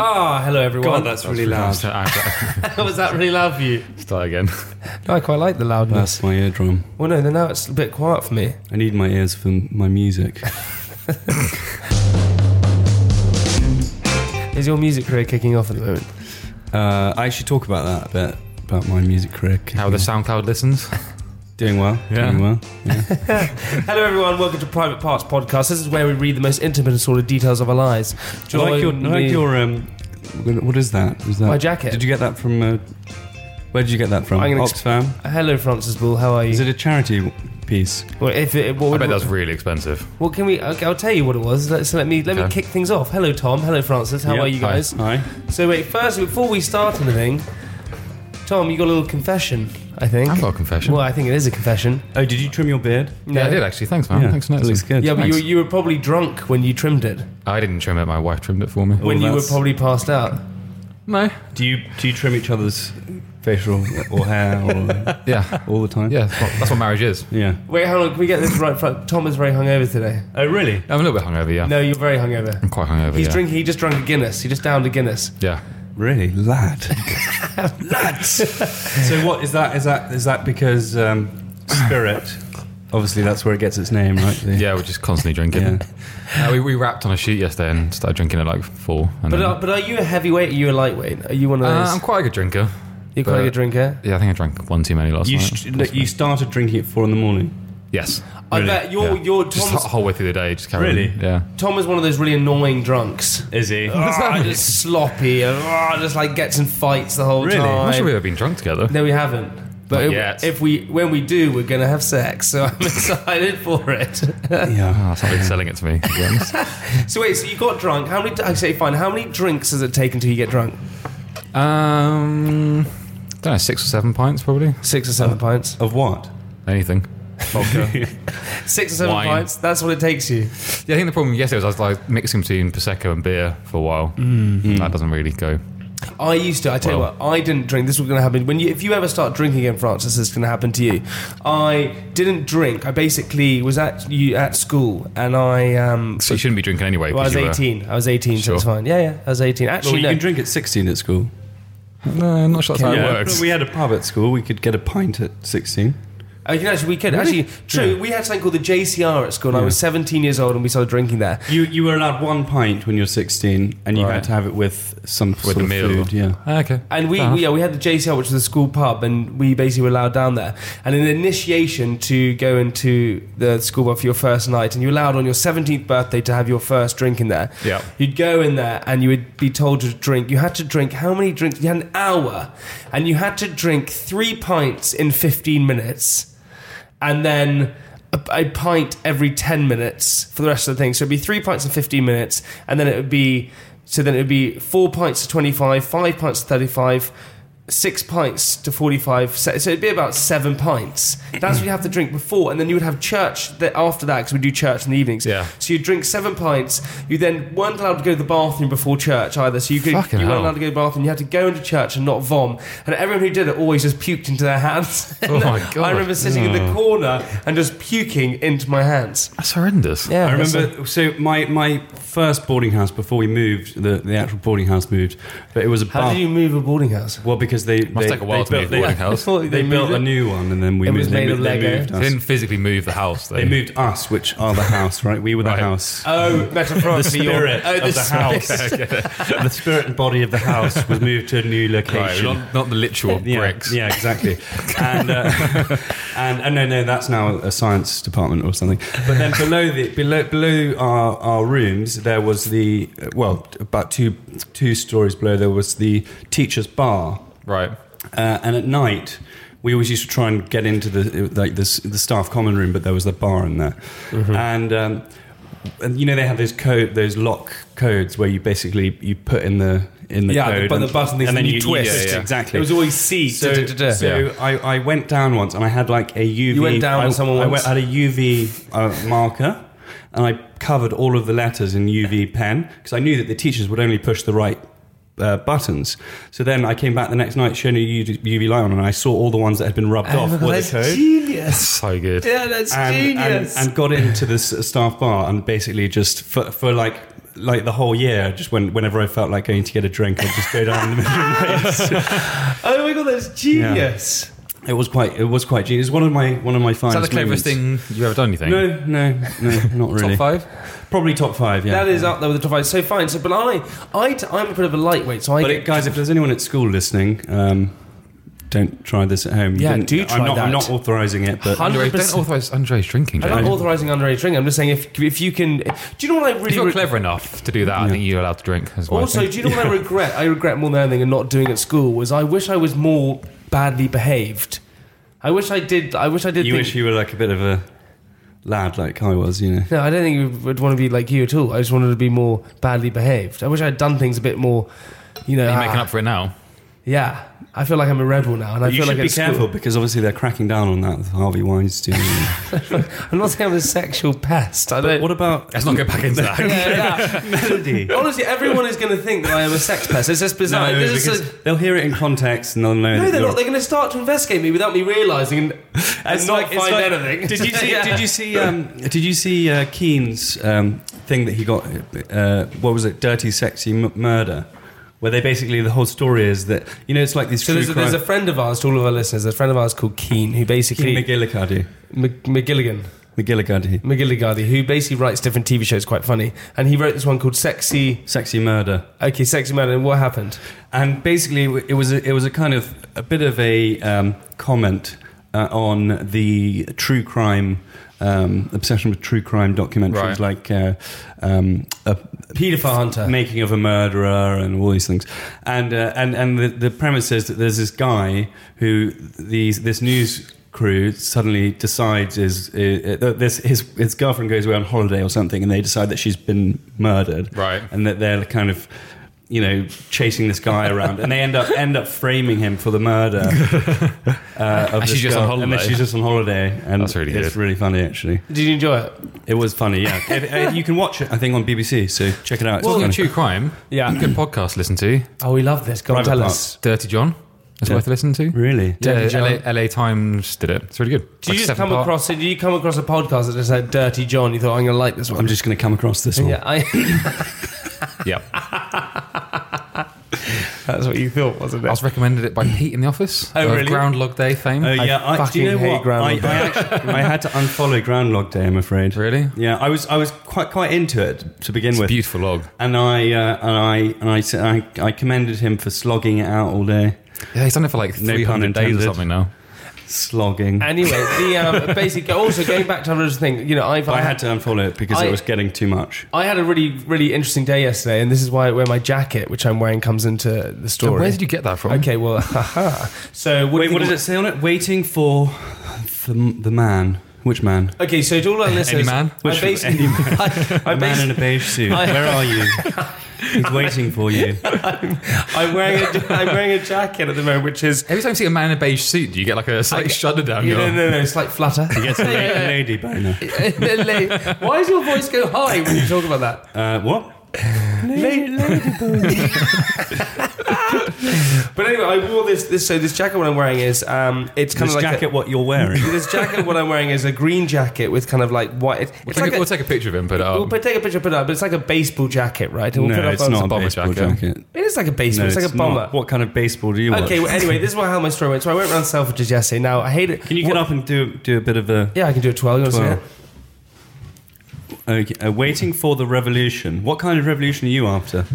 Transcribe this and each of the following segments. Ah, hello everyone. God, that's, that's really really loud. was that really loud for you? Start again. No, I quite like the loudness. That's my eardrum. Well, no, then now it's a bit quiet for me. I need my ears for my music. Is your music career kicking off at the moment? Uh, I should talk about that a bit about my music career. How the SoundCloud listens. doing well? Yeah. Doing well. hello everyone. Welcome to Private Parts Podcast. This is where we read the most intimate and sordid details of our lives. I like your, I Join like me- your um. What is that? Is that My jacket. Did you get that from? Uh, where did you get that from? I'm gonna ex- Oxfam. Hello, Francis Bull. How are you? Is it a charity piece? well, if it, what, I what- bet that was really expensive. what can we? Okay, I'll tell you what it was. Let- So let me let me Okay. kick things off. Hello, Tom. Hello, Francis. How Yeah. are you guys? Hi. So wait, first before we start anything, Tom, you got a little confession. I think. I've got a confession. Well, I think it is a confession. Oh, did you trim your beard? No. Yeah, I did actually. Thanks, man. Oh, Thanks for that looks noticing. good. Yeah, but you, Thanks. you were probably drunk when you trimmed it. I didn't trim it. My wife trimmed it for me. When you were that's- probably passed out. No. do you do you trim each other's facial or hair or, Yeah. all the time? Yeah. That's what, that's what marriage is. Yeah. Wait, hold on. Can we get this right? Front? Tom is very hungover today. Oh, really? I'm a little bit hungover. Yeah. No, you're very hungover. I'm quite hungover. He's yeah. drinking. He just drank a Guinness. He just downed a Guinness. Yeah. Really, lad, lad. so what is that? Is that is that because um, spirit? Obviously, that's where it gets its name, right? The- Yeah. We're just constantly drinking. yeah. Uh, we, we wrapped on a shoot yesterday and started drinking at like four. And But uh, then- are, but are you a heavyweight? Are you a lightweight? Are you one of uh, those? I'm quite a good drinker. you're quite a but- good drinker. Yeah, I think I drank one too many last You night. st- no, you started drinking at four in the morning. yes. I Really? bet Uh, you're yeah. you're just Tom's, the whole way through the day. Just carrying. Really? Yeah. Tom is one of those really annoying drunks. Is he? Ah, just sloppy. and, ah, just like gets in fights the whole Really? time. I'm not sure we've ever been drunk together. No, we haven't. But Not if, yet. if we when we do, we're gonna have sex. So I'm excited for it. yeah. Oh, somebody's selling it to me. to be honest. So wait, so you got drunk? How many? I say fine. How many drinks does it take until you get drunk? um, don't know, six or seven pints probably. Six or Uh, seven pints. Of what? Anything. Six or seven Wine. pints. That's what it takes you. Yeah, I think the problem yesterday was I was like mixing between prosecco and beer for a while. That doesn't really go. I used to. I tell Well. you what, I didn't drink. This was going to happen when you, if you ever start drinking again, Francis, this is going to happen to you. I didn't drink. I basically was at you at school, and I um. So you shouldn't be drinking anyway. Well, I was 'cause you were- 18. I was 18, so Sure. it's fine. Yeah, yeah, I was 18. Well, Actually, you no. can drink at sixteen at school. no, I'm not sure that's how it works. We had a pub at school. We could get a pint at sixteen. Oh, you can actually, we could actually. True, we had something called the JCR at school. And I was 17 years old, and we started drinking there. You you were allowed one pint when you were sixteen, and you Right. had to have it with some with sort the of meal. food. Yeah. Ah, okay. And we, Fair enough. we, yeah, we had the JCR, which was a school pub, and we basically were allowed down there. And an initiation to go into the school pub for your first night, and you're allowed on your 17th birthday to have your first drink in there. Yeah. You'd go in there, and you would be told to drink. You had to drink how many drinks? You had an hour, and you had to drink three pints in 15 minutes, and then. A, a pint every 10 minutes for the rest of the thing. So it'd be three pints in 15 minutes, and then it would be so then it would be four pints to 25, five pints to 35, six pints to 45. So so it'd be about seven pints. That's what you have to drink before. And then you would have church that after that because we do church in the evenings. Yeah. So you drink seven pints. You then weren't allowed to go to the bathroom before church either. So you, could, Fucking you weren't hell. allowed to go to the bathroom. You had to go into church and not vom. And everyone who did it always just puked into their hands. Oh my I God. Mm. remember sitting in the corner and just puking into my hands. That's horrendous. Yeah, I remember. So my my first boarding house before we moved, the the actual boarding house moved, but it was a How pub. Oh. did you move a boarding house? well, because they Must they, take a while they to built- move a they- boarding house. thought They, built moved a it. new one, and then we It moved. was they made of moved- they Lego. moved They us. didn't physically move the house. Though. They moved us, which are the house, right? We were the Right. house. Oh, metaphorically, The your- spirit oh, of the house. the spirit and body of the house was moved to a new Right, location. not, not the literal yeah, bricks. yeah, exactly. And, uh, and and no, no, that's now a science department or something. But then below the below below our, our rooms, there was the uh, well, about two two stories below, there was the teachers' bar, Right. uh, and at night. We always used to try and Mm-hmm. get into the like the, the staff common room, but there was the bar in there, and um, and you know they have those code, those lock codes where you basically you put in the in the Yeah, code, but and- the button things and then you you twist. Yeah, yeah, exactly. It was always C. so, duh, duh, duh, duh. so I, I went down once and I had like a UV. You went down I, on someone I once? went, had a UV uh, marker and I covered all of the letters in UV pen because I knew that the teachers would only push the right uh, buttons. So then I came back the next night, showing a UV light on, and I saw all the ones that had been rubbed off Oh, that's with the code. genius. So good. Yeah, that's and, and, genius. and got into this staff bar and basically just for, for like like the whole year just when whenever I felt like going to get a drink I'd just go down in the middle of the night. oh my god, that's genius. it was quite it was quite genius one of my one of my Is finest that the cleverest moments. thing you've ever done, you think? no no no not really Top five? probably top five yeah That is up there with the top five. So fine. So, but I, I, I'm a bit of a lightweight. So I, but it, guys if there's anyone at school listening um, don't try this at home You Yeah, didn't- do try I'm not, that. I'm not authorising it but Andre, 100%. don't authorise Andre's drinking. I'm Joe. not authorising underage drinking. I'm just saying if if you can, do you know what I If really you're re- clever enough to do that, I think you're allowed to drink as well. also? Do you know what I regret? I regret more than anything and not doing at school was I wish I was more badly behaved. I wish I did. I wish I did. you think- wish you were like a bit of a lad like I was you know No, I don't think you would want to be like you at all. I just wanted to be more badly behaved. I wish I'd done things a bit more, you know. Are you ah, making up for it now? Yeah, I feel like I'm a rebel now, and I you feel should like be at school- careful because obviously they're cracking down on that with Harvey Weinstein I'm not saying I'm a sexual pest. I But don't. what about Let's not go back into that. Yeah, yeah. melody? Honestly, everyone is going to think that I am a sex pest. It's just bizarre. No, This is because a- they'll hear it in context and they'll know. no, that they're you're- not. They're going to start to investigate me without me realising and, and It's not like- it's find like- anything. Did you see? Yeah. Did you see? Um, did you see uh, Keane's um, thing that he got? Uh, what was it? Dirty, sexy m- murder. Where they basically the whole story is that you know it's like these So true there's a, there's a crime- friend of ours, to all of our listeners, there's a friend of ours called Keen, who Keane basically McGillicuddy. Mc- McGilligan. McGillicuddy. McGilligardy, who basically writes different TV shows, quite funny, and he wrote this one called "Sexy." Sexy murder. Okay, "Sexy Man," and what happened? And basically, it was a, it was a kind of a bit of a um, comment uh, on the true crime um, obsession with true crime documentaries, Right. like uh, um, a Paedophile hunter. making of a murderer and all these things. And uh, and and the, the premise is that there's this guy who these this news crew suddenly decides is uh, uh, this his his girlfriend goes away on holiday or something, and they decide that she's been murdered, Right. And that they're kind of. You know, chasing this guy around, and they end up end up framing him for the murder. Uh, And of she's this just girl. on And then holiday. she's just on holiday, and That's really it's good. really funny actually. Did you enjoy it? It was funny, yeah. If- if you can watch it, I think, on BBC. So check it out. It's Well, funny. True Crime, Yeah. good podcast to listen to. Oh, we love this. God, Private tell Parts. us. Dirty John is worth listening to. Really? Dirty Yeah, John. LA, LA Times did it. It's really good. Did Like you just seven come part- across? Did you come across a podcast that just said "Dirty John"? You thought I'm going to like this one? I'm just going to come across this one. yeah, I, Yeah, that's what you thought, wasn't I was recommended it by Pete in the office. Oh, of really? Groundlog Day fame. Oh yeah, I, do you fucking know hate what? Groundhog Day. I, I, actually, I had to unfollow Groundhog Day. I'm afraid. Really? Yeah, I was I was quite quite into it to begin It's a with, beautiful log. and I uh, and I and I, said- I I commended him for slogging it out all day, Yeah, he's done it for like No pun 300 days or intended. something now. slogging. Anyway, the um, basically also going back to another thing. You know, I've I had to unfollow it because I- it was getting too much. I had a really, really interesting day yesterday, and this is why where my jacket, which I'm wearing, comes into the story. Where did you get that from? Okay, well, haha. so what Wait, what did it say on it? Waiting for the, the man. Which man? Okay, so to all our listeners, man? I Which- basically, I, I A man basi- in a beige suit. Where are you? He's waiting for you. I'm wearing a, I'm wearing a jacket at the moment, which is Every time you see a man in a beige suit, do you get like a slight shudder down you your know, no, no, no, slight flutter. Yes, a lady, a lady boner. Why does your voice go high when you talk about that? Uh, what? But anyway, I wore this. this so this jacket what I'm wearing is um, it's kind This of like jacket, what you're wearing? A, this jacket what I'm wearing is a green jacket with kind of like white. It's, We'll, it's take like a, a- we'll take a picture of him, um, put it We'll up. put, take a picture, put it up. It's like a baseball jacket, right? We'll put it Um, no, up it's on- not a bomber baseball jacket. jacket. It is like a baseball. it's like a bomber. not. What kind of baseball do you watch? Okay. Well, anyway, this is what, how my story went. So I went around Selfridges yesterday. Now I hate it. Can you get What- up and do do a bit of a Yeah, I can do it. Twelve. You want to twirl? see it? Okay, uh, waiting for the revolution. What kind of revolution are you after?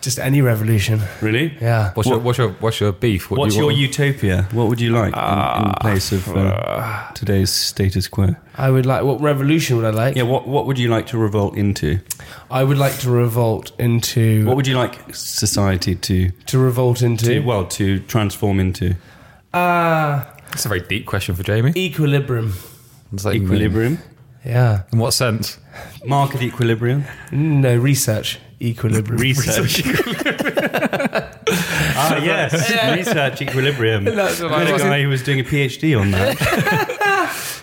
Just any revolution. Really? Yeah. What's, your, what's, your, what's your beef? What do What's you your want? utopia? What would you like in, in place of uh, today's status quo? I would like. What revolution would I like? Yeah, what, what would you like to revolt into? I would like to revolt into. What would you like society to, to revolt to into? well, to transform into? Uh, That's a very deep question for Jamie. equilibrium. It's like, Equilibrium? Yeah. In what sense? Mark of equilibrium. No, research. Equilibrium. Research. ah, yes. Research equilibrium. That's what I I know a was- guy who was doing a PhD on that.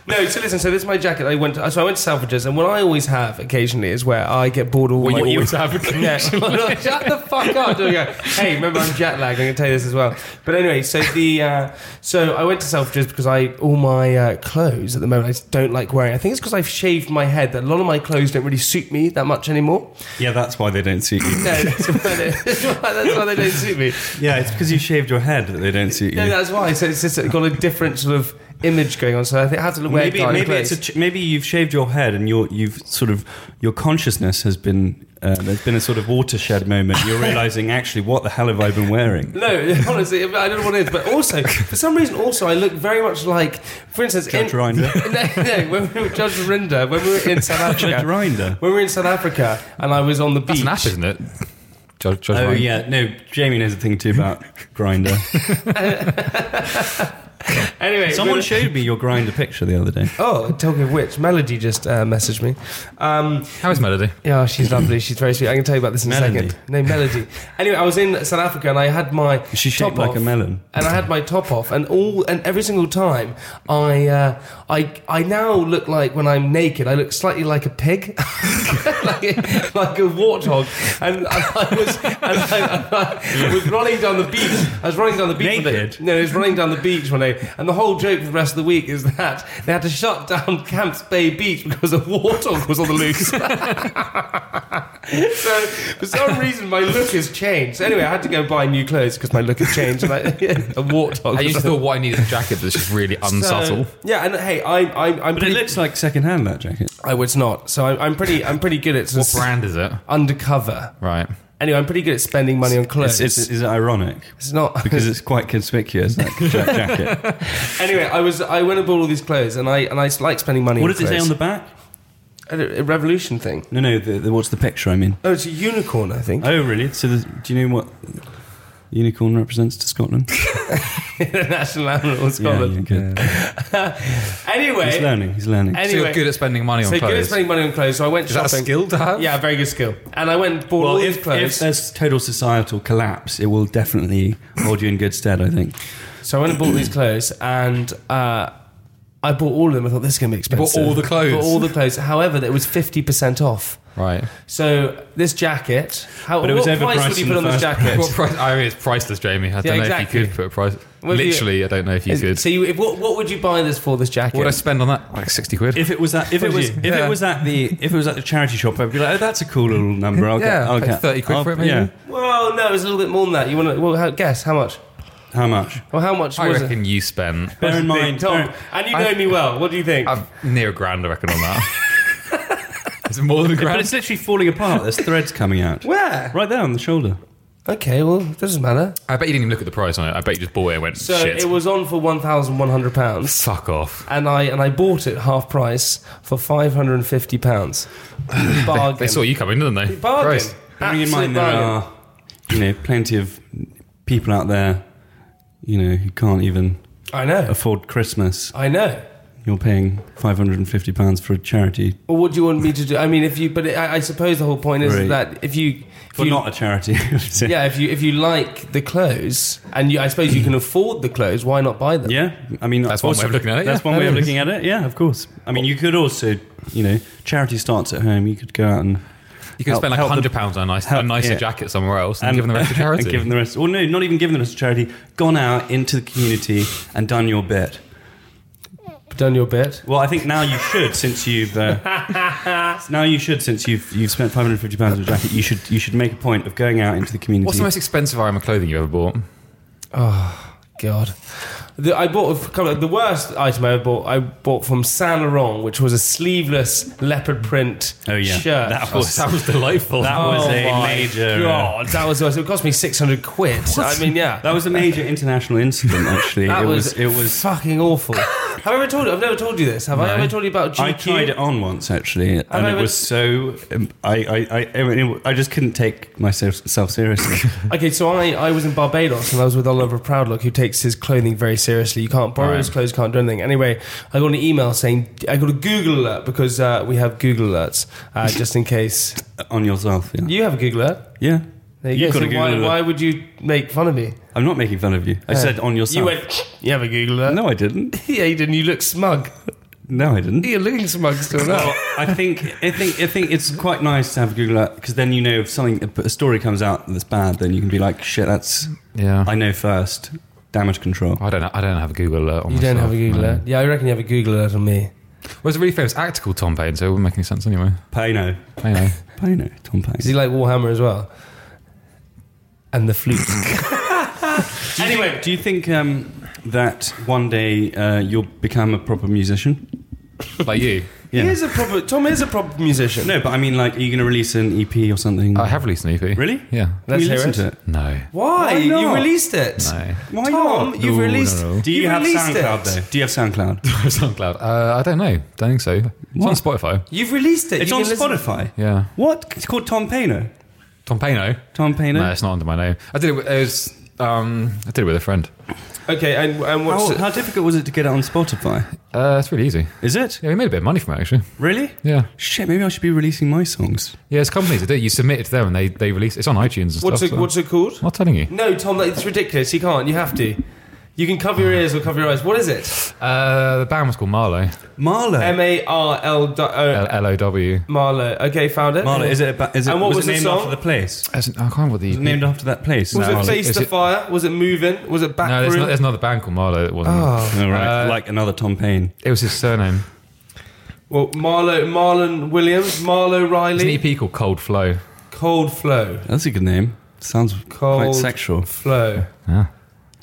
No, so listen. So this is my jacket. I went. so I went to Salvages, and what I always have occasionally is where I get bored all. you my, always have Yeah. Shut the fuck up. There we go. Hey, remember I'm jet lagged. I'm going to tell you this as well. But anyway, so the uh, so I went to Selfridges because I all my uh, clothes at the moment I just don't like wearing. I think it's because I've shaved my head that a lot of my clothes don't really suit me that much anymore. Yeah, that's why they don't suit you. No, that's why they, that's why they don't suit me. Yeah, it's because you shaved your head that they don't suit you. No, that's why. So it's just got a different sort of image going on. So I think I have to wear maybe dark maybe clothes. it's a ch- maybe you've shaved your head and your you've sort of your consciousness has been uh, there's been a sort of watershed moment. You're realizing actually what the hell have I been wearing? No, honestly, I don't know what it is. But also, for some reason, also I look very much like, for instance, Judge in, Rinder. no, no, when we were Judge Rinder, when we were in South Judge Africa, Rinder. when we were in South Africa, and I was on the That's beach. an app, isn't it? Judge, Judge Oh Ryan. yeah, no. Jamie knows a thing too about grinder. Anyway, Someone we- showed me your grinder picture the other day. Oh, talking of which, Melody just uh, messaged me. Um, How is Melody? Yeah, she's lovely. She's very sweet. I can tell you about this in Melody. a second. No, Melody. Anyway, I was in South Africa and I had my She's shaped top like off, a melon. and I had my top off, and all and every single time, I uh, I I now look like when I'm naked, I look slightly like a pig, like, a, like a warthog, and I, I was and I, and I was running down the beach. I was running down the beach. one day. Naked? No, I was running down the beach one day, and the whole joke for the rest of the week is that they had to shut down Camps Bay Beach because a warthog was on the loose. So for some reason, my look has changed. So anyway, I had to go and buy new clothes because my look has changed. And I, a warthog. I usually thought what I need is a jacket that's just really unsubtle. So, yeah, and hey, I, I, I'm But it pretty. looks like secondhand that jacket. I was not. So I'm, I'm pretty. I'm pretty good at sort what of brand is it? undercover. Right. Anyway, I'm pretty good at spending money on It's, clothes. it's, is it ironic? It's not Because it's quite conspicuous that ja- jacket. anyway. I was. I went and bought all these clothes, and I and I like spending money. what on does it say on clothes. the back? A, a revolution thing? No, no. The, the, what's the picture? I mean. Oh, it's a unicorn. I think. Oh, really? So, the, do you know what unicorn represents to Scotland? the national animal of Scotland. Yeah, yeah, good. Anyway, He's learning. He's learning. So anyway. you're good at spending money on so clothes. good at spending money on clothes. So I went is that a shopping. skill to have? Yeah, very good skill. And I went and bought all Well, these if, if clothes. there's total societal collapse, it will definitely hold you in good stead, I think. so I went and bought these clothes, and uh, I bought all of them. I thought this is going to be expensive. all the clothes? Bought all the clothes. However, it was fifty percent off. Right. So this jacket, how But it was what price overpriced would you put in the on this first jacket? What price? I mean, it's priceless, Jamie. I don't know exactly. if you could put a price. Well, if you- Literally, I don't know if you could. So you, if, what, what would you buy this for? This jacket? what would I spend on that? Like sixty quid. If it was at, if it Would was you? if Yeah. it was at the if it was at the charity shop, I'd be like, oh, that's a cool little number. I'll Yeah, get, I'll like get 30 quid I'll- for it, maybe? Yeah. well, no, it was a little bit more than that. You want to well, how, guess how much? How much? Well, how much I was reckon you spent. it? Bear in mind, Tom, bear- and you know me well. What do you think? I've near a grand, I reckon, on that. Is it more than a but grand? it's literally falling apart. There's threads coming out. Where? Right there on the shoulder. Okay, well, doesn't matter. I bet you didn't even look at the price on it. I bet you just bought it and went, So shit. it was on for one thousand one hundred pounds. Fuck off. and I and I bought it half price for five hundred and fifty pounds. Bargain. They saw you coming, didn't they? bargain. Christ. Bearing in uh, Absolute mind there bargain. are you know plenty of people out there you know who can't even I know. afford Christmas. I know. You're paying 550 pounds for a charity Well, what do you want me to do? I mean, if you, but I, I suppose the whole point is Right. that if you, if for you not a charity. yeah, if you if you like the clothes, and you, I suppose you can afford the clothes, why not buy them? Yeah, I mean That's one way of looking at it, That's yeah. one way of That is. looking at it. Yeah, of course. I mean, you could also, you know, charity starts at home. You could go out and You could Help- spend like help the- hundred pounds on a, nice, help- a nicer yeah. jacket somewhere else, and, give them the rest to charity. and give them the rest. Or no, not even given the rest to charity. Gone out into the community and done your bit. Done your bit. Well, I think now you should, since you've uh, now you should, since you've you've spent 550 pounds on a jacket. You should you should make a point of going out into the community. What's the most expensive item of clothing you ever bought? God. The, I bought a couple of, the worst item I bought. I bought from Saint Laurent, which was a sleeveless leopard print Oh, yeah. shirt. That was- sounds delightful. that was a Oh my major. uh, God, that was the worst. It cost me six hundred quid. I mean, yeah, that was a major international incident. Actually, That it was, was it was. fucking awful. have I ever told you? I've never told you this. Have I No. ever told you about GQ? I tried it on once actually, and I it would- was so um, I I I, I, mean, it- I just couldn't take myself self seriously. Okay, so I, I was in Barbados and I was with Oliver Proudlock, who takes his clothing very seriously. You can't borrow Right. his clothes, can't do anything. Anyway, I got an email saying I got a Google alert because uh, we have Google alerts uh, just in case. on yourself. Yeah. You have a Google alert. yeah. There you You've go. got So a why, Google alert. why would you make fun of me? I'm not making fun of you. I said on yourself. You went. You have a Google alert. no, I didn't. Yeah, you didn't. You look smug. No, I didn't. You're looking smug still now. Well, I think I think I think it's quite nice to have a Google alert because then you know if something if a story comes out that's bad, then you can be like, shit, that's Yeah. I I, know first. Damage control. don't. I don't have a Google alert. On You don't myself, have a Google no. alert. Yeah, I reckon you have a Google alert on me. Well, it's a really famous actor called Tom Payne, so it wouldn't make any sense anyway. Pano. I know. Pano. Tom Payne. Is he like Warhammer as well? And the flute. Do you anyway, think, do you think um, that one day uh, you'll become a proper musician? like you. He is a proper. Tom is a proper musician. No, but I mean, like, are you going to release an EP or something? I have released an EP. Really? Yeah. Can Uh, Let's you hear listen it. to it? No. Why? Why not? you released it. No. Why Tom, not? you've No, released. no, no. Do you you've have released SoundCloud it. though? Do you have SoundCloud? SoundCloud. Uh, I don't know. Don't think so. It's on What? Spotify. You've released it. It's You on can listen- Spotify. Yeah. What? It's called Tom Pano. Tom Payno. Tom Pano. No, it's not under my name. I did it. With, it was. Um, I did it with a friend. Okay, and, and what's How, it? how difficult was it to get it on Spotify? Uh, it's really easy. Is it Yeah, we made a bit of money from it actually. really? Yeah. Shit, maybe I should be releasing my songs. Yeah, it's companies that do it. You submit it to them and they, they release it. It's on iTunes and What's stuff. it, so- what's it called? I'm not telling you. No, Tom, that- it's ridiculous. You can't. You have to. You can cover your ears or cover your eyes. What is it? Uh, the band was called Marlow. Marlo. M A R L. do- Uh, L oh, L O W. Marlo. Okay, found it. Marlo. Is it? About, is it? And what was, was it the named song? after the place? I can't remember what the. E Was it named after that place? Was No. it Face Is the it- Fire? Was it Moving? Was it Back no, there's, Room? not, there's another band called Marlow that wasn't. Oh, right. Uh, like another Tom Payne. It was his surname. Well, Marlo, Marlon Williams, Marlo It's an E Riley, EP called Cold Flow. Cold Flow, That's a good name. Sounds quite Cold. sexual. Flow. Yeah.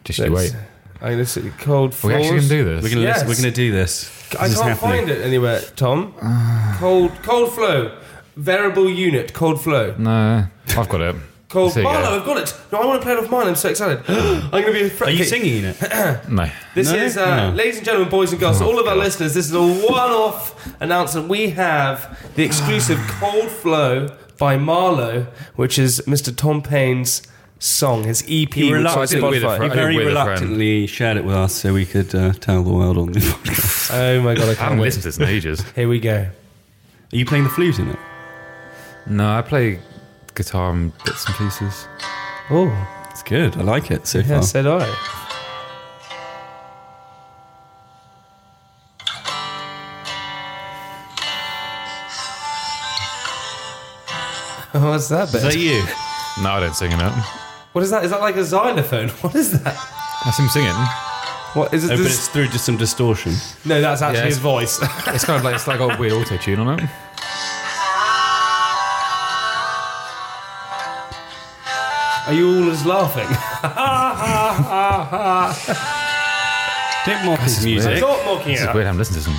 Just you wait. That's- I mean, this is Cold Are we Flow. actually going to do this? We're gonna Yes. listen, we're gonna do this. I This is can't happening. find it anywhere, Tom. Ah. cold, Cold Flow, Variable Unit, Cold Flow, no, I've got it. Cold Mm. There you go. Marlo. I've got it. No, I want to play it off mine. I'm so excited. I'm going to be. A fr- Are you Okay, singing it? No. Oh, This No? is, uh, No. ladies and gentlemen, boys and girls, to all of our God. listeners. This is a one-off announcement. We have the exclusive Cold Flow by Marlo, which is Mr. Tom Payne's song, his EP. He which is on reluctant- I did with a Spotify. friend. He very with a friend. reluctantly shared it with us so we could uh, tell the world on the podcast. Oh my god, I I haven't can't wait. listened to this in ages. Here we go. Are you playing the flute in it? No, I play guitar and bits and pieces. Oh, It's good. I like it so yeah, far. said I. What's that bit? Is that you? Oh, No, I don't sing in it. what is that? Is that like a xylophone? What is that? That's him singing. What is it? Oh, but this- it's through just some distortion. No, that's actually Yeah, his it's- voice. It's kind of like it's like got a weird auto tune on it. Are you all just laughing? Don't mock his music. Stop mocking It's it. weird. I haven't listened to this.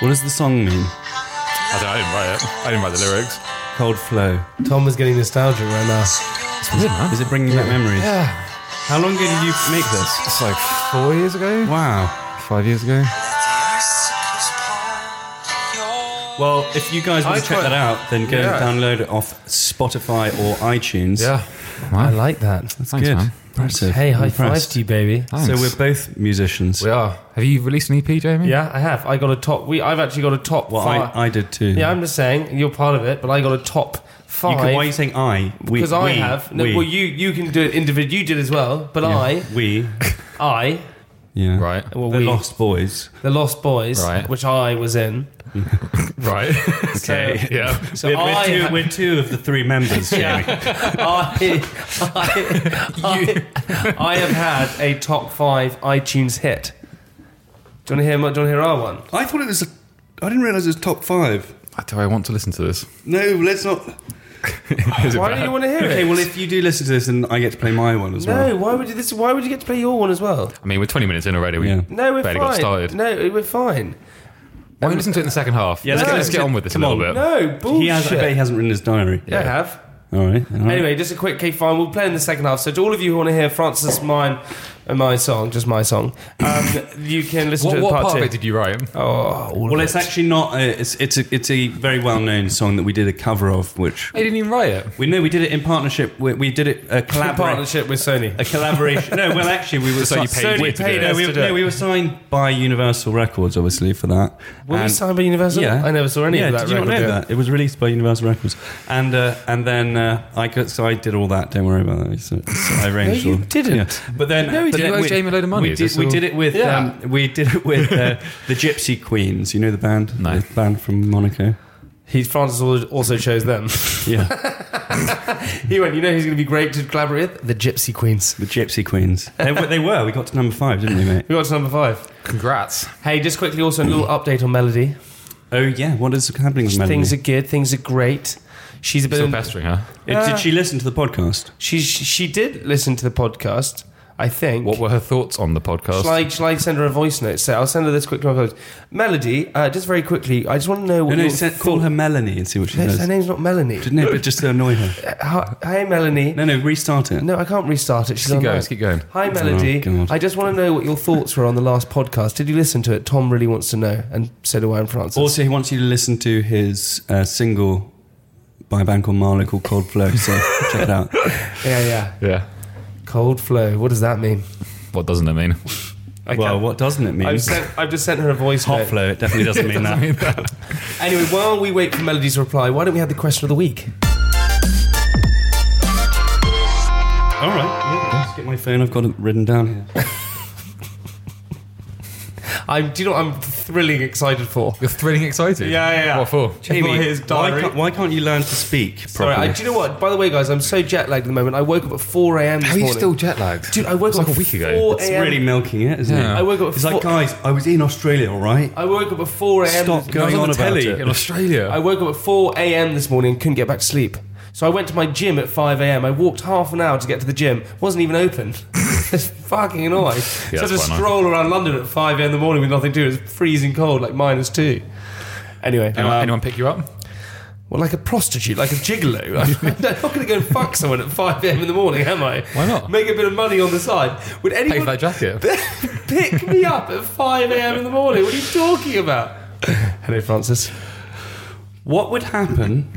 What does the song mean? I, don't, I didn't write it. I didn't write the lyrics. Cold flow. Tom was getting nostalgic right now. It's weird, man. Is it bringing back memories? Yeah. How long ago did you make this? It's like four years ago, Wow. five years ago. Well, if you guys want I to check tried- that out, then go Yeah. and download it off Spotify or iTunes. Yeah. I Wow. like that. That's Thanks, good. man. Impressive. Hey, high five Impressed. to you, baby. Thanks. So we're both musicians. we are. Have you released an EP, Jamie? Yeah, I have. I got a top. We, I've actually got a top Well, five. I, I did too. yeah, I'm just saying you're part of it, but I got a top You can, why are five you saying I? We- because I we- have. No, we. well, you you can do it individually. You did as well, but I We. I Yeah. Right. Well, the we, Lost Boys. the Lost Boys, Right. which I was in. Right. Okay. yeah. So we're, I, we're, ha- two, we're two of the three members. Jamie. I, I, I, I have had a top five iTunes hit. Do you want to hear? my- Do you want to hear our one? I thought it was. A, I didn't realize it was top five. Do I want to listen to this? No, let's not. Is it Why do bad? you want to hear it? Okay, well, if you do listen to this, then I get to play my one as well. no, why would you this? Why would you get to play your one as well? I mean, we're 20 minutes in already. We Yeah. No, we're barely fine. got started. No, we're fine. Why don't we listen to it in the second half? Yeah, let's, no, get, let's get on with this come a little on. bit. No bullshit. He has, I bet he hasn't written his diary. Yeah, I have. All right. all right. Anyway, just a quick okay, fine. We'll play in the second half. So to all of you who want to hear Francis mine and my song, just my song, um, you can listen What, to it what part, part two. of it did you write? oh, all of Well, it. it's actually not. A, it's it's a, it's a very well known song that we did a cover of, which I didn't even write it. we know we did it in partnership. We, we did it a In collaboration. partnership with Sony. A collaboration. No, well, actually, we were So you si- paid Sony me to do it. no, we, Yes, to do no, it. we were signed by Universal Records, obviously, for that. Were we And- signed by Universal? Yeah, I never saw any yeah, of that. Did you not record know deal. that it was released by Universal Records? And uh, and then uh, I got so I did all that. Don't worry about that. So, so I arranged. you all- didn't. But then No, you but didn't. then You owe Jamie a load of money. We Is did, this we all- did it with Yeah. um, we did it with uh, the Gypsy Queens. You know the band, No. the band from Monaco. He Francis al- also chose them. Yeah, he went. You know who's going to be great to collaborate with? The Gypsy Queens. the Gypsy Queens. They, were- they were. We got to number five, didn't we, mate? We got to number five. Congrats. Hey, just quickly, also a little Hmm. update on Melody. Oh yeah, what is happening with Melanie? Things are good. Things are great. She's a bit. Still in- pestering her. Uh, did she listen to the podcast? She she did listen to the podcast. I think. What were her thoughts on the podcast? Shall I, shall I send her a voice note? So I'll send her this quick voice. Melody, uh, just very quickly, I just want to know what No, no, your send, call her Melanie and see what she No, Her says. name's not Melanie. No, but just to annoy her. Uh, hi- Hey, Melanie. No, no, restart it. No, I can't restart it. She's Keep on going, that. keep going. Hi, Melody. Oh, God. I just want to know what your thoughts were on the last podcast. Did you listen to it? Tom really wants to know, and so do I and Francis. Also, he wants you to listen to his uh, single by a band called Marlowe called Cold Flow. So check it out. yeah, yeah. yeah. Cold flow. What does that mean? What doesn't it mean? I well, can't- what doesn't it mean? I've, sent, I've just sent her a voice Hot note. flow. It definitely doesn't mean that. Anyway, while we wait for Melody's reply, why don't we have the question of the week? All right. Yeah, let's get my phone. I've got it written down here. I'm, do you know what I'm thrilling excited for? You're thrilling excited. Yeah, yeah, yeah. What for? Jamie, his why, diary. can't, why can't you learn to speak Sorry, properly? I, do you know what? By the way, guys, I'm so jet lagged at the moment. I woke up at 4 a.m. this How are you morning. still jet lagged? Dude, I woke It's up like a week ago. 4 it's a.m. really milking it, isn't Yeah. it? I woke up at It's like, four- guys, I was in Australia, all right? I woke up at 4 a.m. Stop this- going I was on the about telly. it. in Australia. I woke up at 4 a.m. this morning and couldn't get back to sleep. So I went to my gym at 5 a.m. I walked half an hour to get to the gym. wasn't even open. it's fucking annoying. so I had that's to quite nice. stroll around London at 5 a.m. in the morning with nothing to do. It's freezing cold, like minus two. Anyway, anyone, anyone pick you up? well, like a prostitute, like a gigolo. I'm not going to go and fuck someone at 5 a.m. in the morning, am I? Why not? Make a bit of money on the side. Would Pay anyone for that jacket. pick me up at 5 a.m. in the morning? What are you talking about? Hello, Francis. What would happen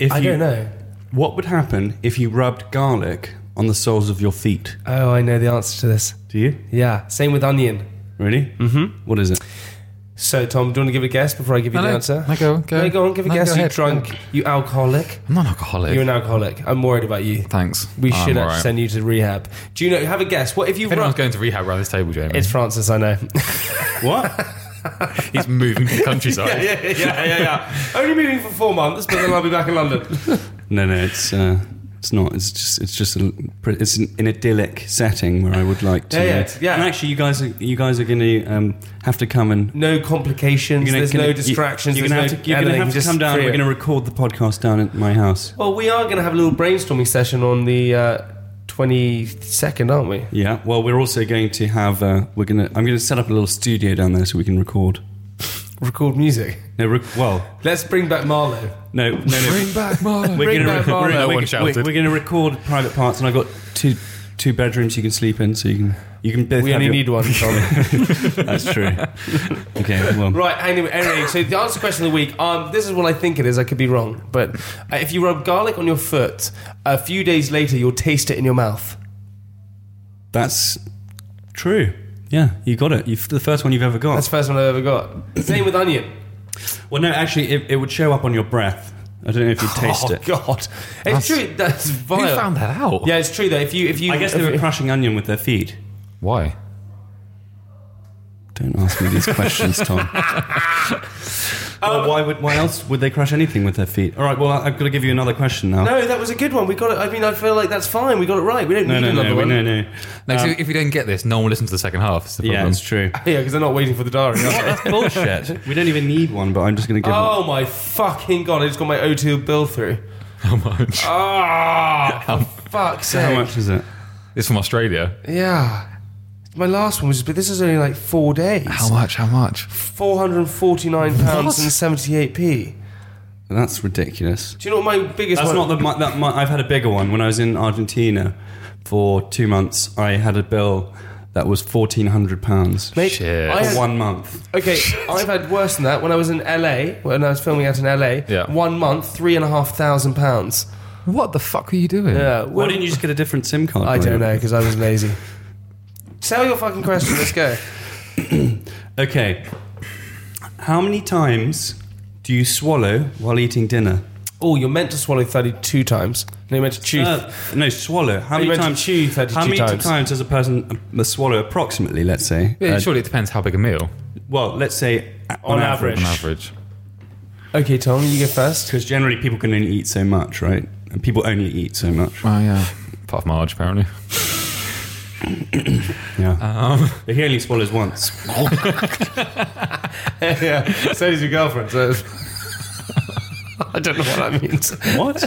if I you, don't know. What would happen if you rubbed garlic on the soles of your feet? Oh, I know the answer to this. Do you? Yeah, same with onion. Really? Mm-hmm. What is it? So, Tom, do you want to give a guess before I give you No, the no. answer? No, go on, go. No, go on, give a No, guess. go you ahead. drunk, you alcoholic. I'm not an alcoholic. You're an alcoholic. I'm worried about you. Thanks. We I'm should all actually right. send you to rehab. Do you know? Have a guess. What if you If anyone's rub? going to rehab around this table, Jamie, It's Francis, I know. What? he's moving to the countryside. yeah, yeah, yeah, yeah. Only moving for four months, but then I'll be back in London. no, no, it's uh, it's not. It's just it's just a, it's an, an idyllic setting where I would like to. Yeah, yeah, yeah. And actually, you guys are you guys are going to um, have to come and. No complications. you're gonna- there's gonna- no you- distractions. You're there's going no to you're gonna anything, have to just come down. free We're it. going to record the podcast down at my house. Well, we are going to have a little brainstorming session on the uh, 22nd, aren't we? Yeah. Well, we're also going to have. Uh, we're going to. I'm going to set up a little studio down there so we can record. Record music. No. Re- well. Let's bring back Marlowe. No. No. No. Bring back Marlon. We're Bring gonna back re- Marlon. we're- No we're- one we're- shouted. We're going to record private parts, and I've got two two bedrooms you can sleep in, so you can you can both. We have only your- need one, Tom. That's true. okay. Well. Right, anyway, anyway, so the answer question of the week. Um, this is what I think it is. I could be wrong, but uh, if you rub garlic on your foot, a few days later you'll taste it in your mouth. That's true. Yeah, you got it. You've, the first one you've ever got. That's the first one I've ever got. Same with onion. well, no, actually, it, it would show up on your breath. I don't know if you taste oh it. God, it's true. That's vile. Who found that out? Yeah, it's true though. If you, if you, I guess they if were you- crushing onion with their feet. Why? Don't ask me these questions, Tom. well, why would? Why else would they crush anything with their feet? All right. Well, I've got to give you another question now. No, that was a good one. We got it. I mean, I feel like that's fine. We got it right. We don't no, need no, another no, we- one. no, no. No, 'cause if we don't get this, no one will listen to the second half. It's the Yeah, problem. it's true. Yeah, because they're not waiting for the diary. are they? Bullshit. We don't even need one, but I'm just going to give. oh my fucking god! I just got my O2 bill through. How much? Ah, oh, fuck's it. sake! How much is it? It's from Australia. Yeah, my last one was, but this is only like four days. much? How much? Four hundred forty-nine pounds and seventy-eight p. That's ridiculous. Do you know what my biggest? That's one? not the. My, that, my, I've had a bigger one when I was in Argentina for two months. I had a bill that was fourteen hundred pounds Mate, Shit. I For had- for one month. Okay, I've had worse than that. When I was in LA, when I was filming out in LA, Yeah. one month, three and a half thousand pounds. What the fuck were you doing? Yeah, Why didn't you just get a different SIM card? I Brian? don't know because I was lazy. Sell your fucking question. Let's go. Okay. How many times do you swallow while eating dinner? Oh, you're meant to swallow thirty-two times. No, you're meant to chew. Uh, no, swallow. How Oh, you many meant to times? chew 32 how many times. does a person uh, swallow approximately? Let's say. Yeah, Uh, surely it depends how big a meal well, let's say uh, On on, average. average, on average. okay, Tom, you go first. because generally people can only eat so much, right? And people only eat so much. Well, Oh, yeah. Apart from Marge, apparently. Yeah. but he only swallows once. yeah, so does your girlfriend. So I don't know what that means. what?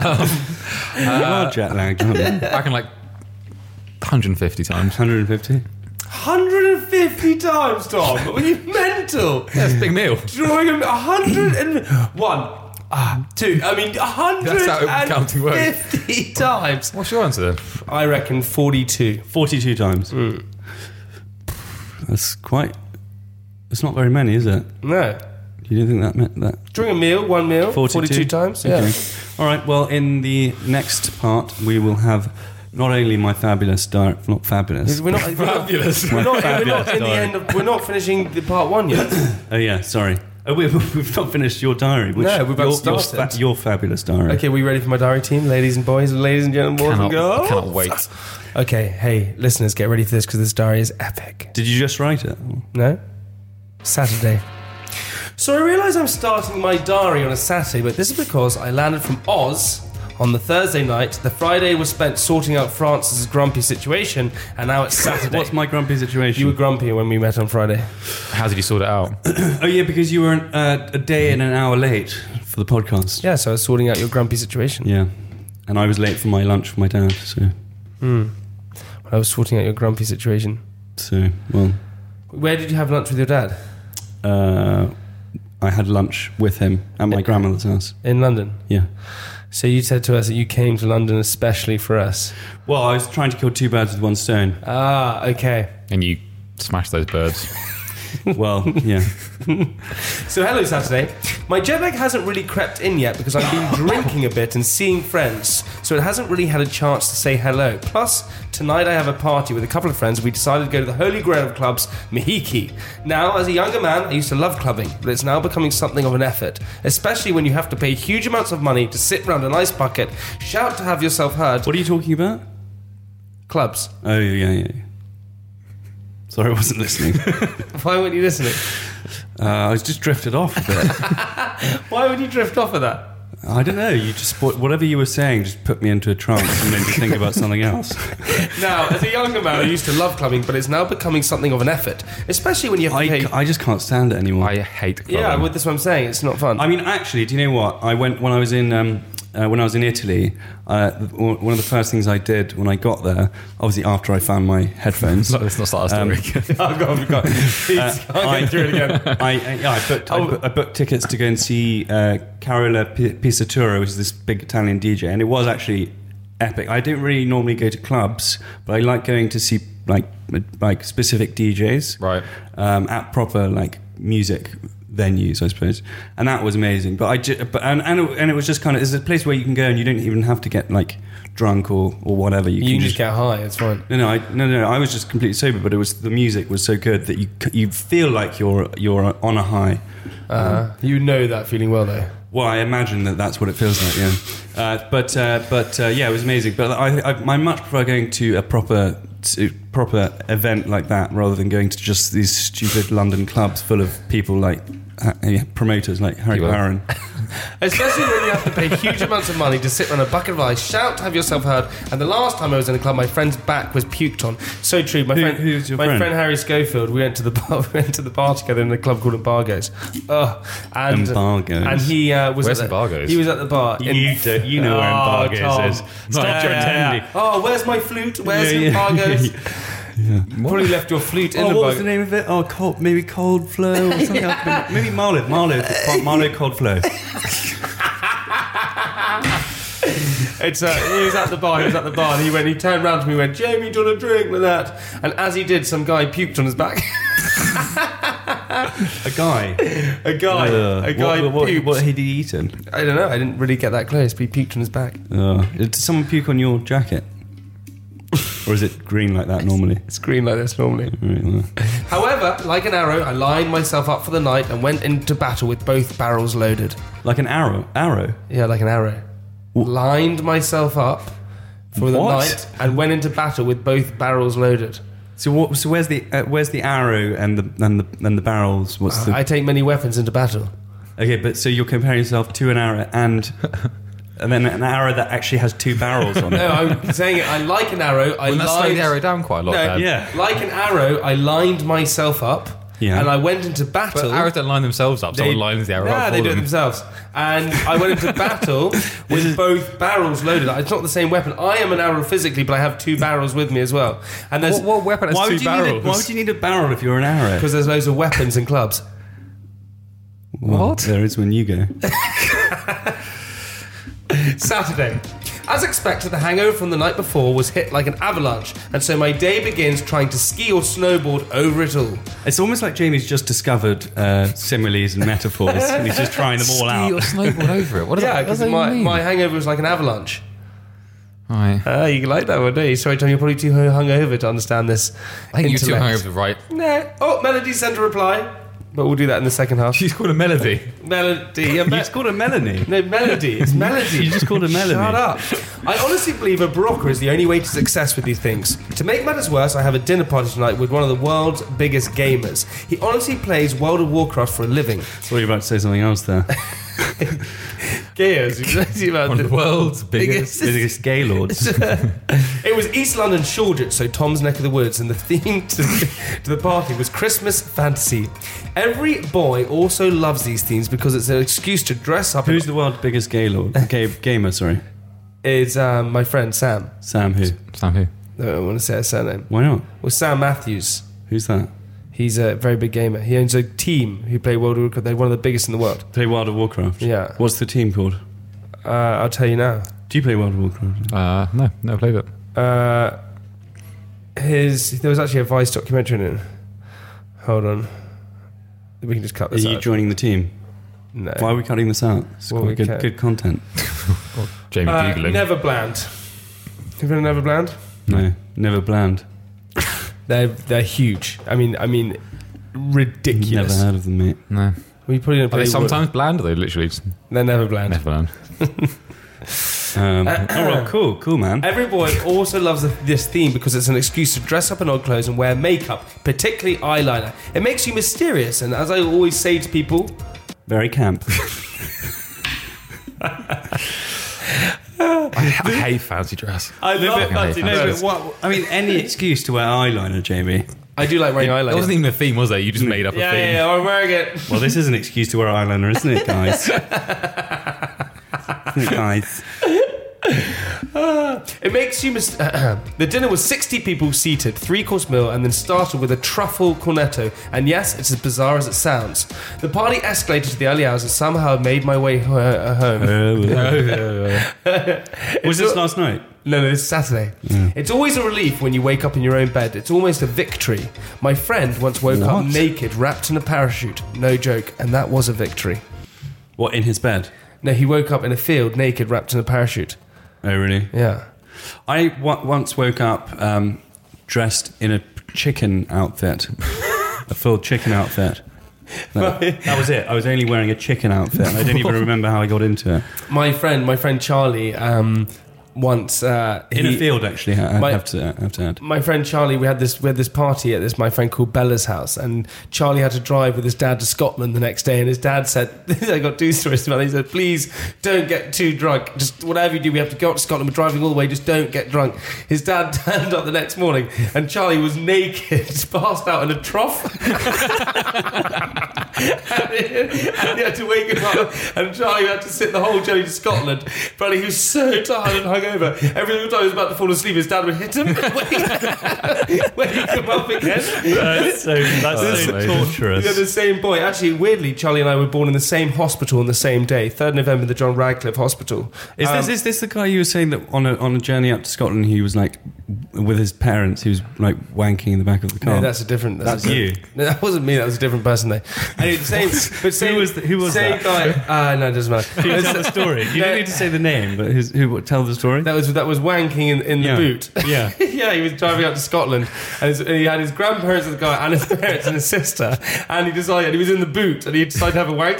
Um, you uh, are jet lagged, aren't you? I can like 150 times. 150. 150 times, Tom. Were you mental? That's a big meal. Drawing him 101. Ah, two. I mean, That's how open counting works. 150 times. What's your answer then? I reckon 42. 42 times. Hmm. That's quite. It's not very many, is it? No. You didn't think that meant that? During a meal, one meal, 42, times. Yeah. Okay. All right. Well, in the next part, we will have not only my fabulous diet, not fabulous. We're not, we're not- Fabulous. We're not, we're not in the Sorry. end of, we're not finishing the part one yet. Oh yeah, sorry. Oh, we, we've not finished your diary. Which No, we've your, about your started. fa- Your, fabulous diary. okay, we ready for my diary team, ladies and boys, ladies and gentlemen, boys and Cannot, girls? cannot wait. Okay, hey, listeners, get ready for this because this diary is epic. Did you just write it? No? Saturday. So I realise I'm starting my diary on a Saturday, but this is because I landed from Oz on the Thursday night. The Friday was spent sorting out Francis's grumpy situation, and now it's Saturday. What's my grumpy situation? you were grumpy when we met on Friday. How did you sort it out? oh yeah, because you were an, uh, a day and an hour late for the podcast. Yeah, so I was sorting out your grumpy situation. Yeah. And I was late for my lunch with my dad. So, I was sorting out your grumpy situation. so well, Where did you have lunch with your dad? uh, I had lunch with him at my grandmother's house. In London. Yeah. So you said to us that you came to London especially for us. Well, I was trying to kill two birds with one stone. Ah, okay. And you smashed those birds. Well, yeah. So hello Saturday. My jet lag hasn't really crept in yet because I've been drinking a bit and seeing friends, so it hasn't really had a chance to say hello. Plus, tonight I have a party with a couple of friends. We decided to go to the Holy Grail of clubs, Mahiki. Now, as a younger man, I used to love clubbing, but it's now becoming something of an effort, especially when you have to pay huge amounts of money to sit round an ice bucket, shout to have yourself heard. What are you talking about? clubs? Oh, yeah, yeah. yeah. Sorry, I wasn't listening. Why weren't you listening? Uh, I was just drifted off a bit. Why would you drift off of that? I don't know. You just whatever you were saying just put me into a trance and made me think about something else. Now, as a younger man, I used to love clubbing, but it's now becoming something of an effort, especially when you have to pay. I, I just can't stand it anymore. I hate clubbing. Yeah, well, that's what I'm saying. It's not fun. I mean, actually, do you know what? I went when I was in um, uh, when I was in Italy. Uh, th- one of the first things I did when I got there, obviously after I found my headphones. No, let's not start our Um, story again. I've got, I've Oh, got. Please, Uh, I'll I- get through it again. Oh. I, I, yeah, I, booked, I, bu- I booked tickets to go and see uh, Carola P- Pisatura, which is this big Italian DJ, and it was actually epic. I don't really normally go to clubs, but I like going to see like m- like specific DJs, Right. Um, at proper like music venues, I suppose, and that was amazing. But I ju- but and and it, and it was just kind of it's a place where you can go and you don't even have to get like drunk or or whatever. You can just get high. It's fine. no, no, I, no, no, no. I was just completely sober, but it was the music was so good that you c- you feel like you're you're on a high. Uh, you know that feeling well, though. Well, I imagine that that's what it feels like. Yeah, uh, but uh, but uh, yeah, it was amazing. But I, I, I much prefer going to a proper s- proper event like that rather than going to just these stupid London clubs full of people like uh, yeah, promoters like Harry People. Warren. Especially when you have to pay huge amounts of money to sit around a bucket of ice, shout, have yourself heard. And the last time I was in a club, my friend's back was puked on. So true. My Who- friend, who's your my friend? friend Harry Schofield. We went to the bar, we went to the bar together in a club called Embargoes. Oh, and Embargoes. And he uh, was Where's at the, Embargoes? He was at the bar. in- Oh, You don't- you know where Embargoes Tom. is. Stop Yeah, your yeah, attending. yeah. Oh, where's my flute? Where's Yeah, yeah. Embargoes? Probably left your flute in Oh, what Embargoes. was the name of it? Oh, cold, maybe Cold Flow or something. I don't know. maybe Marlowe. Marlowe. Marlowe Cold Flow. It's uh, he was at the bar. He was at the bar, and he went. He turned round to me, and went, "Jamie, do you want a drink with that?" And as he did, some guy puked on his back. A guy. a guy, Uh, a guy What, what, puked. what had he eaten? I don't know. I didn't really get that close, but he puked on his back. Uh, did someone puke on your jacket? or is it green like that normally? It's green like this normally. Right, well. However, like an arrow, I lined myself up for the night and went into battle with both barrels loaded. Like an arrow. Arrow. Yeah, like an arrow. Lined myself up for the What? night and went into battle with both barrels loaded. So what? So where's the uh, where's the arrow and the and the and the barrels? What's the I take many weapons into battle. okay? But so you're comparing yourself to an arrow and and then an arrow that actually has two barrels on No, it. I'm saying it. I like an arrow. I And that slowed lined the arrow down quite a lot. No, then. yeah. Like an arrow, I lined myself up Yeah. and I went into battle. But arrows don't line themselves up. Someone lines the arrow Nah, up. they for do it them. themselves. And I went into battle with both barrels loaded. It's not the same weapon. I am an arrow physically, but I have two barrels with me as well. And there's What, what weapon has Why two would, you need a, barrels? why would you need a barrel if you're an arrow? because there's loads of weapons and clubs. Well, What? There is when you go. Saturday. As expected, the hangover from the night before was hit like an avalanche, and so my day begins trying to ski or snowboard over it all. It's almost like Jamie's just discovered uh, similes and metaphors, and he's just trying them all Ski or out. snowboard over it. What does Yeah, that, what because does that my, even mean? my hangover was like an avalanche. Right. Ah, you like that one, don't you? Sorry, Tom, you're probably too hungover to understand this. I think you're too intellect. hungover, right? No. Oh, Melody sent a reply. But we'll do that in the second half. She's called a melody. Melody. yeah, You me- just called her Melanie. no, Melody. It's Melody. You just called her Melody. Shut up. I honestly believe a Barocca is the only way to success with these things. To make matters worse, I have a dinner party tonight with one of the world's biggest gamers. He honestly plays World of Warcraft for a living. Thought you were about to say something else there. Gears, you crazy about One of this. the world's biggest. Biggest. Biggest gay lords. It was East London Shoreditch, so Tom's neck of the woods, and the theme to the, to the party was Christmas fantasy. Every boy also loves these themes because it's an excuse to dress up. Who's the world's biggest gay lord? Gay, gamer, sorry. Is um, my friend Sam? Uh, Sam who? Sam, who? I don't want to say her surname. Why not? Well, Sam Matthews. Who's that? He's a very big gamer. He owns a team who play World of Warcraft. They're one of the biggest in the world. Play World of Warcraft. Yeah. What's the team called? Uh, I'll tell you now. Do you play World of Warcraft? Uh, no, never played it. Uh, his there was actually a Vice documentary in it. Hold on, we can just cut Are this you out. joining the team? no. Why are we cutting this out? It's Well, quite we good, can. good content. Jamie Uh, Googling. Never Bland. Have you ever Never Bland? No, never bland. They're they're huge. I mean, I mean, ridiculous. Never heard of them, mate. no. We probably don't Are play. they Wood. sometimes bland? Are they literally just they're Never Bland. Neverland? Um, oh, well, cool, cool, man. Every boy also loves th- this theme because it's an excuse to dress up in odd clothes and wear makeup, particularly eyeliner. It makes you mysterious, and as I always say to people, Very camp. I, I hate fancy dress. I love it. fancy No, but dress. what, I mean, any excuse to wear eyeliner, Jamie. I do like wearing That wasn't eyeliner. even a theme, was there? You just made up a Yeah, theme. yeah, yeah, I'm wearing it. Well, this is an excuse to wear eyeliner, isn't it, guys? Isn't it, guys? It makes you mis- The dinner was 60 people seated, three course meal, and then started with a truffle cornetto. And yes, it's as bizarre as it sounds. The party escalated to the early hours and somehow made my way ho- uh, Uh-huh. home. Was this last night? No, no, it's Saturday. Mm. It's always a relief when you wake up in your own bed. It's almost a victory. My friend once woke up What? naked, wrapped in a parachute. No joke. And that was a victory. What, in his bed? No, he woke up in a field naked, wrapped in a parachute. Oh, really? Yeah. I w- once woke up um, dressed in a chicken outfit, a full chicken outfit. No, that was it. I was only wearing a chicken outfit. I don't even remember how I got into it. My friend, my friend Charlie, um, once uh, in he- a field, actually, I My- I have to I have to add. my friend Charlie, we had this we had this party at this my friend called Bella's house, and Charlie had to drive with his dad to Scotland the next day. And his dad said, "I got two stories about." It. He said, "Please don't get too drunk. Just whatever you do, we have to go up to Scotland. We're driving all the way. Just don't get drunk." His dad turned up the next morning, and Charlie was naked, passed out in a trough and he had to wake him up. And Charlie had to sit the whole journey to Scotland. But he was so tired and hungover. Every single time he was about to fall asleep, his dad would hit him. wake wake him up again. That's so, that's so amazing. torturous. They're the same boy. Actually, weirdly, Charlie and I were born in the same hospital on the same day, 3rd November, the John Radcliffe Hospital. Is this is this the guy you were saying that on a on a journey up to Scotland he was like with his parents he was like wanking in the back of the car? No, that's a different. That's, Oh. That's a- you. No, that wasn't me. That was a different person. Though. Anyway, the same. But same, was the- who was same that? guy? Uh, no, it doesn't matter. Can you tell the story. You No. don't need to say the name, but who's, who tell the story? That was that was wanking in, in the Yeah. boot. Yeah. yeah. He was driving up to Scotland, and, his, and he had his grandparents with the guy, and his parents and his sister, and he decided he was in the boot, and he decided to have a wank.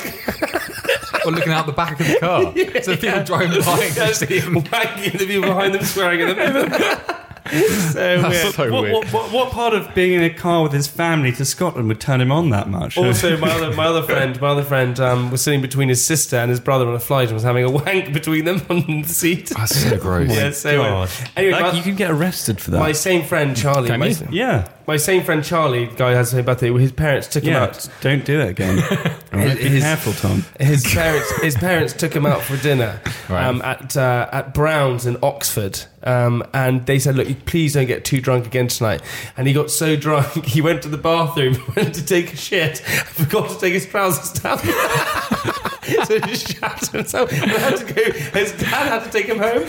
Or looking out the back of the car. so people driving by and you see him. wanking the people behind them swearing at them. so That's weird. so what, weird. what, what, what part of being in a car with his family to Scotland would turn him on that much? Also, my other, my other friend, my other friend um, was sitting between his sister and his brother on a flight and was having a wank between them on the seat. That's so gross. yeah, so Oh uh, God. anyway, That- my, you can get arrested for that. my same friend Charlie, Can my, you? yeah, my same friend Charlie, the guy who has the same birthday. His parents took him yeah. out Don't do that again. All right, Be his- careful, Tom. His parents, his parents took him out for dinner Right. um, at uh, at Brown's in Oxford, um, and they said, "Look, you please don't get too drunk again tonight." And he got so drunk, he went to the bathroom, went to take a shit, and forgot to take his trousers down. so he just shat himself. And had to go. His dad had to take him home.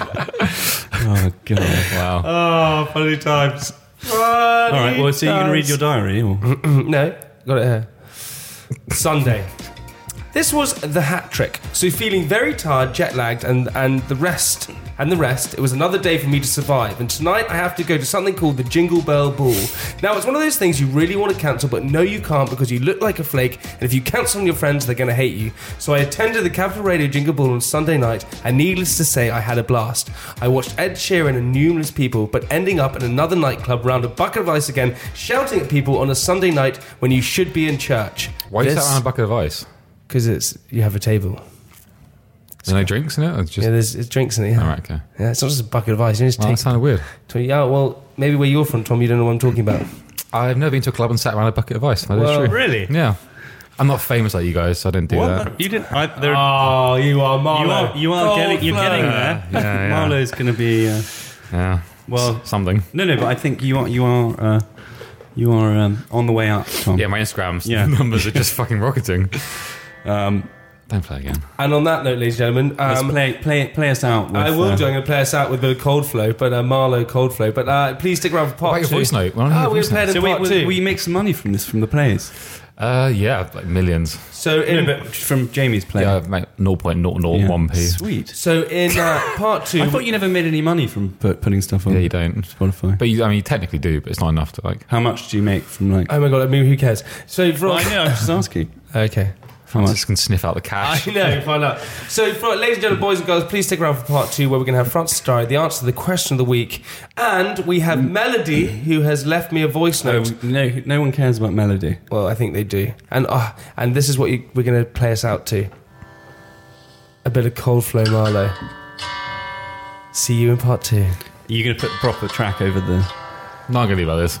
Oh God. Wow. Oh, funny times. All All right. Well, so you can read your diary. Or... No, got it here. Sunday. This was the hat trick. So feeling very tired, jet lagged, and and the rest and the rest. It was another day for me to survive. And tonight I have to go to something called the Jingle Bell Ball. Now it's one of those things you really want to cancel, but no, you can't because you look like a flake. And if you cancel on your friends, they're going to hate you. So I attended the Capital Radio Jingle Ball on Sunday night, and needless to say, I had a blast. I watched Ed Sheeran and numerous people, but ending up in another nightclub round a bucket of ice again, shouting at people on a Sunday night when you should be in church. Why is This- that on a bucket of ice? because it's you have a table. There's no drinks in it? Or just, Yeah, there's, there's drinks in it. Yeah. All right, okay. Yeah, it's not just a bucket of ice. You just Well, that take. sounded weird. tw- yeah, well, maybe where you're from, Tom, you don't know what I'm talking about. I've never been to a club and sat around a bucket of ice. That is Well, true. really? Yeah. I'm not famous like you guys, so I didn't do that. You didn't. I, there, Oh, you are you are. You are getting. You're getting there. Yeah, yeah. Marlowe's going to be. Uh, Yeah. well, Something. no, no. But I think you are. You are. Uh, you are um, on the way up, Tom. Yeah, my Instagram's Yeah. numbers are just fucking rocketing. Um, Don't play again. And on that note, ladies and gentlemen, let's um, play. Play. Play us out. With, I will uh, do. I'm going to play us out with a bit of cold flow, but uh, Marlowe cold flow. But uh, please stick around for part What about your two. voice note? We're Oh, not we're here for going to play voice it notes. in So we, part we, two. we make some money from this from the plays. Uh, yeah, like millions. so in No, but from Jamie's play. Yeah, mate, 0.001p. Sweet. so in uh, part two. I thought you never made any money from put, putting stuff on. Yeah, you don't. Spotify. But you, I mean, you technically do, but it's not enough to like. How much do you make from like? Oh my god! I mean, who cares? So from I know. I'm just asking. okay. How much? Just can sniff out the I cash. know, find out. So, for, ladies and gentlemen, boys and girls, please stick around for part two where we're going to have Francis Diary, the answer to the question of the week. And we have Melody, who has left me a voice No, note. no, no one cares about melody. Well, I think they do. And ah, and this is what you, we're going to play us out to a bit of cold flow Marlowe. See you in part two. You're gonna put the proper track over the. Not gonna leave like this.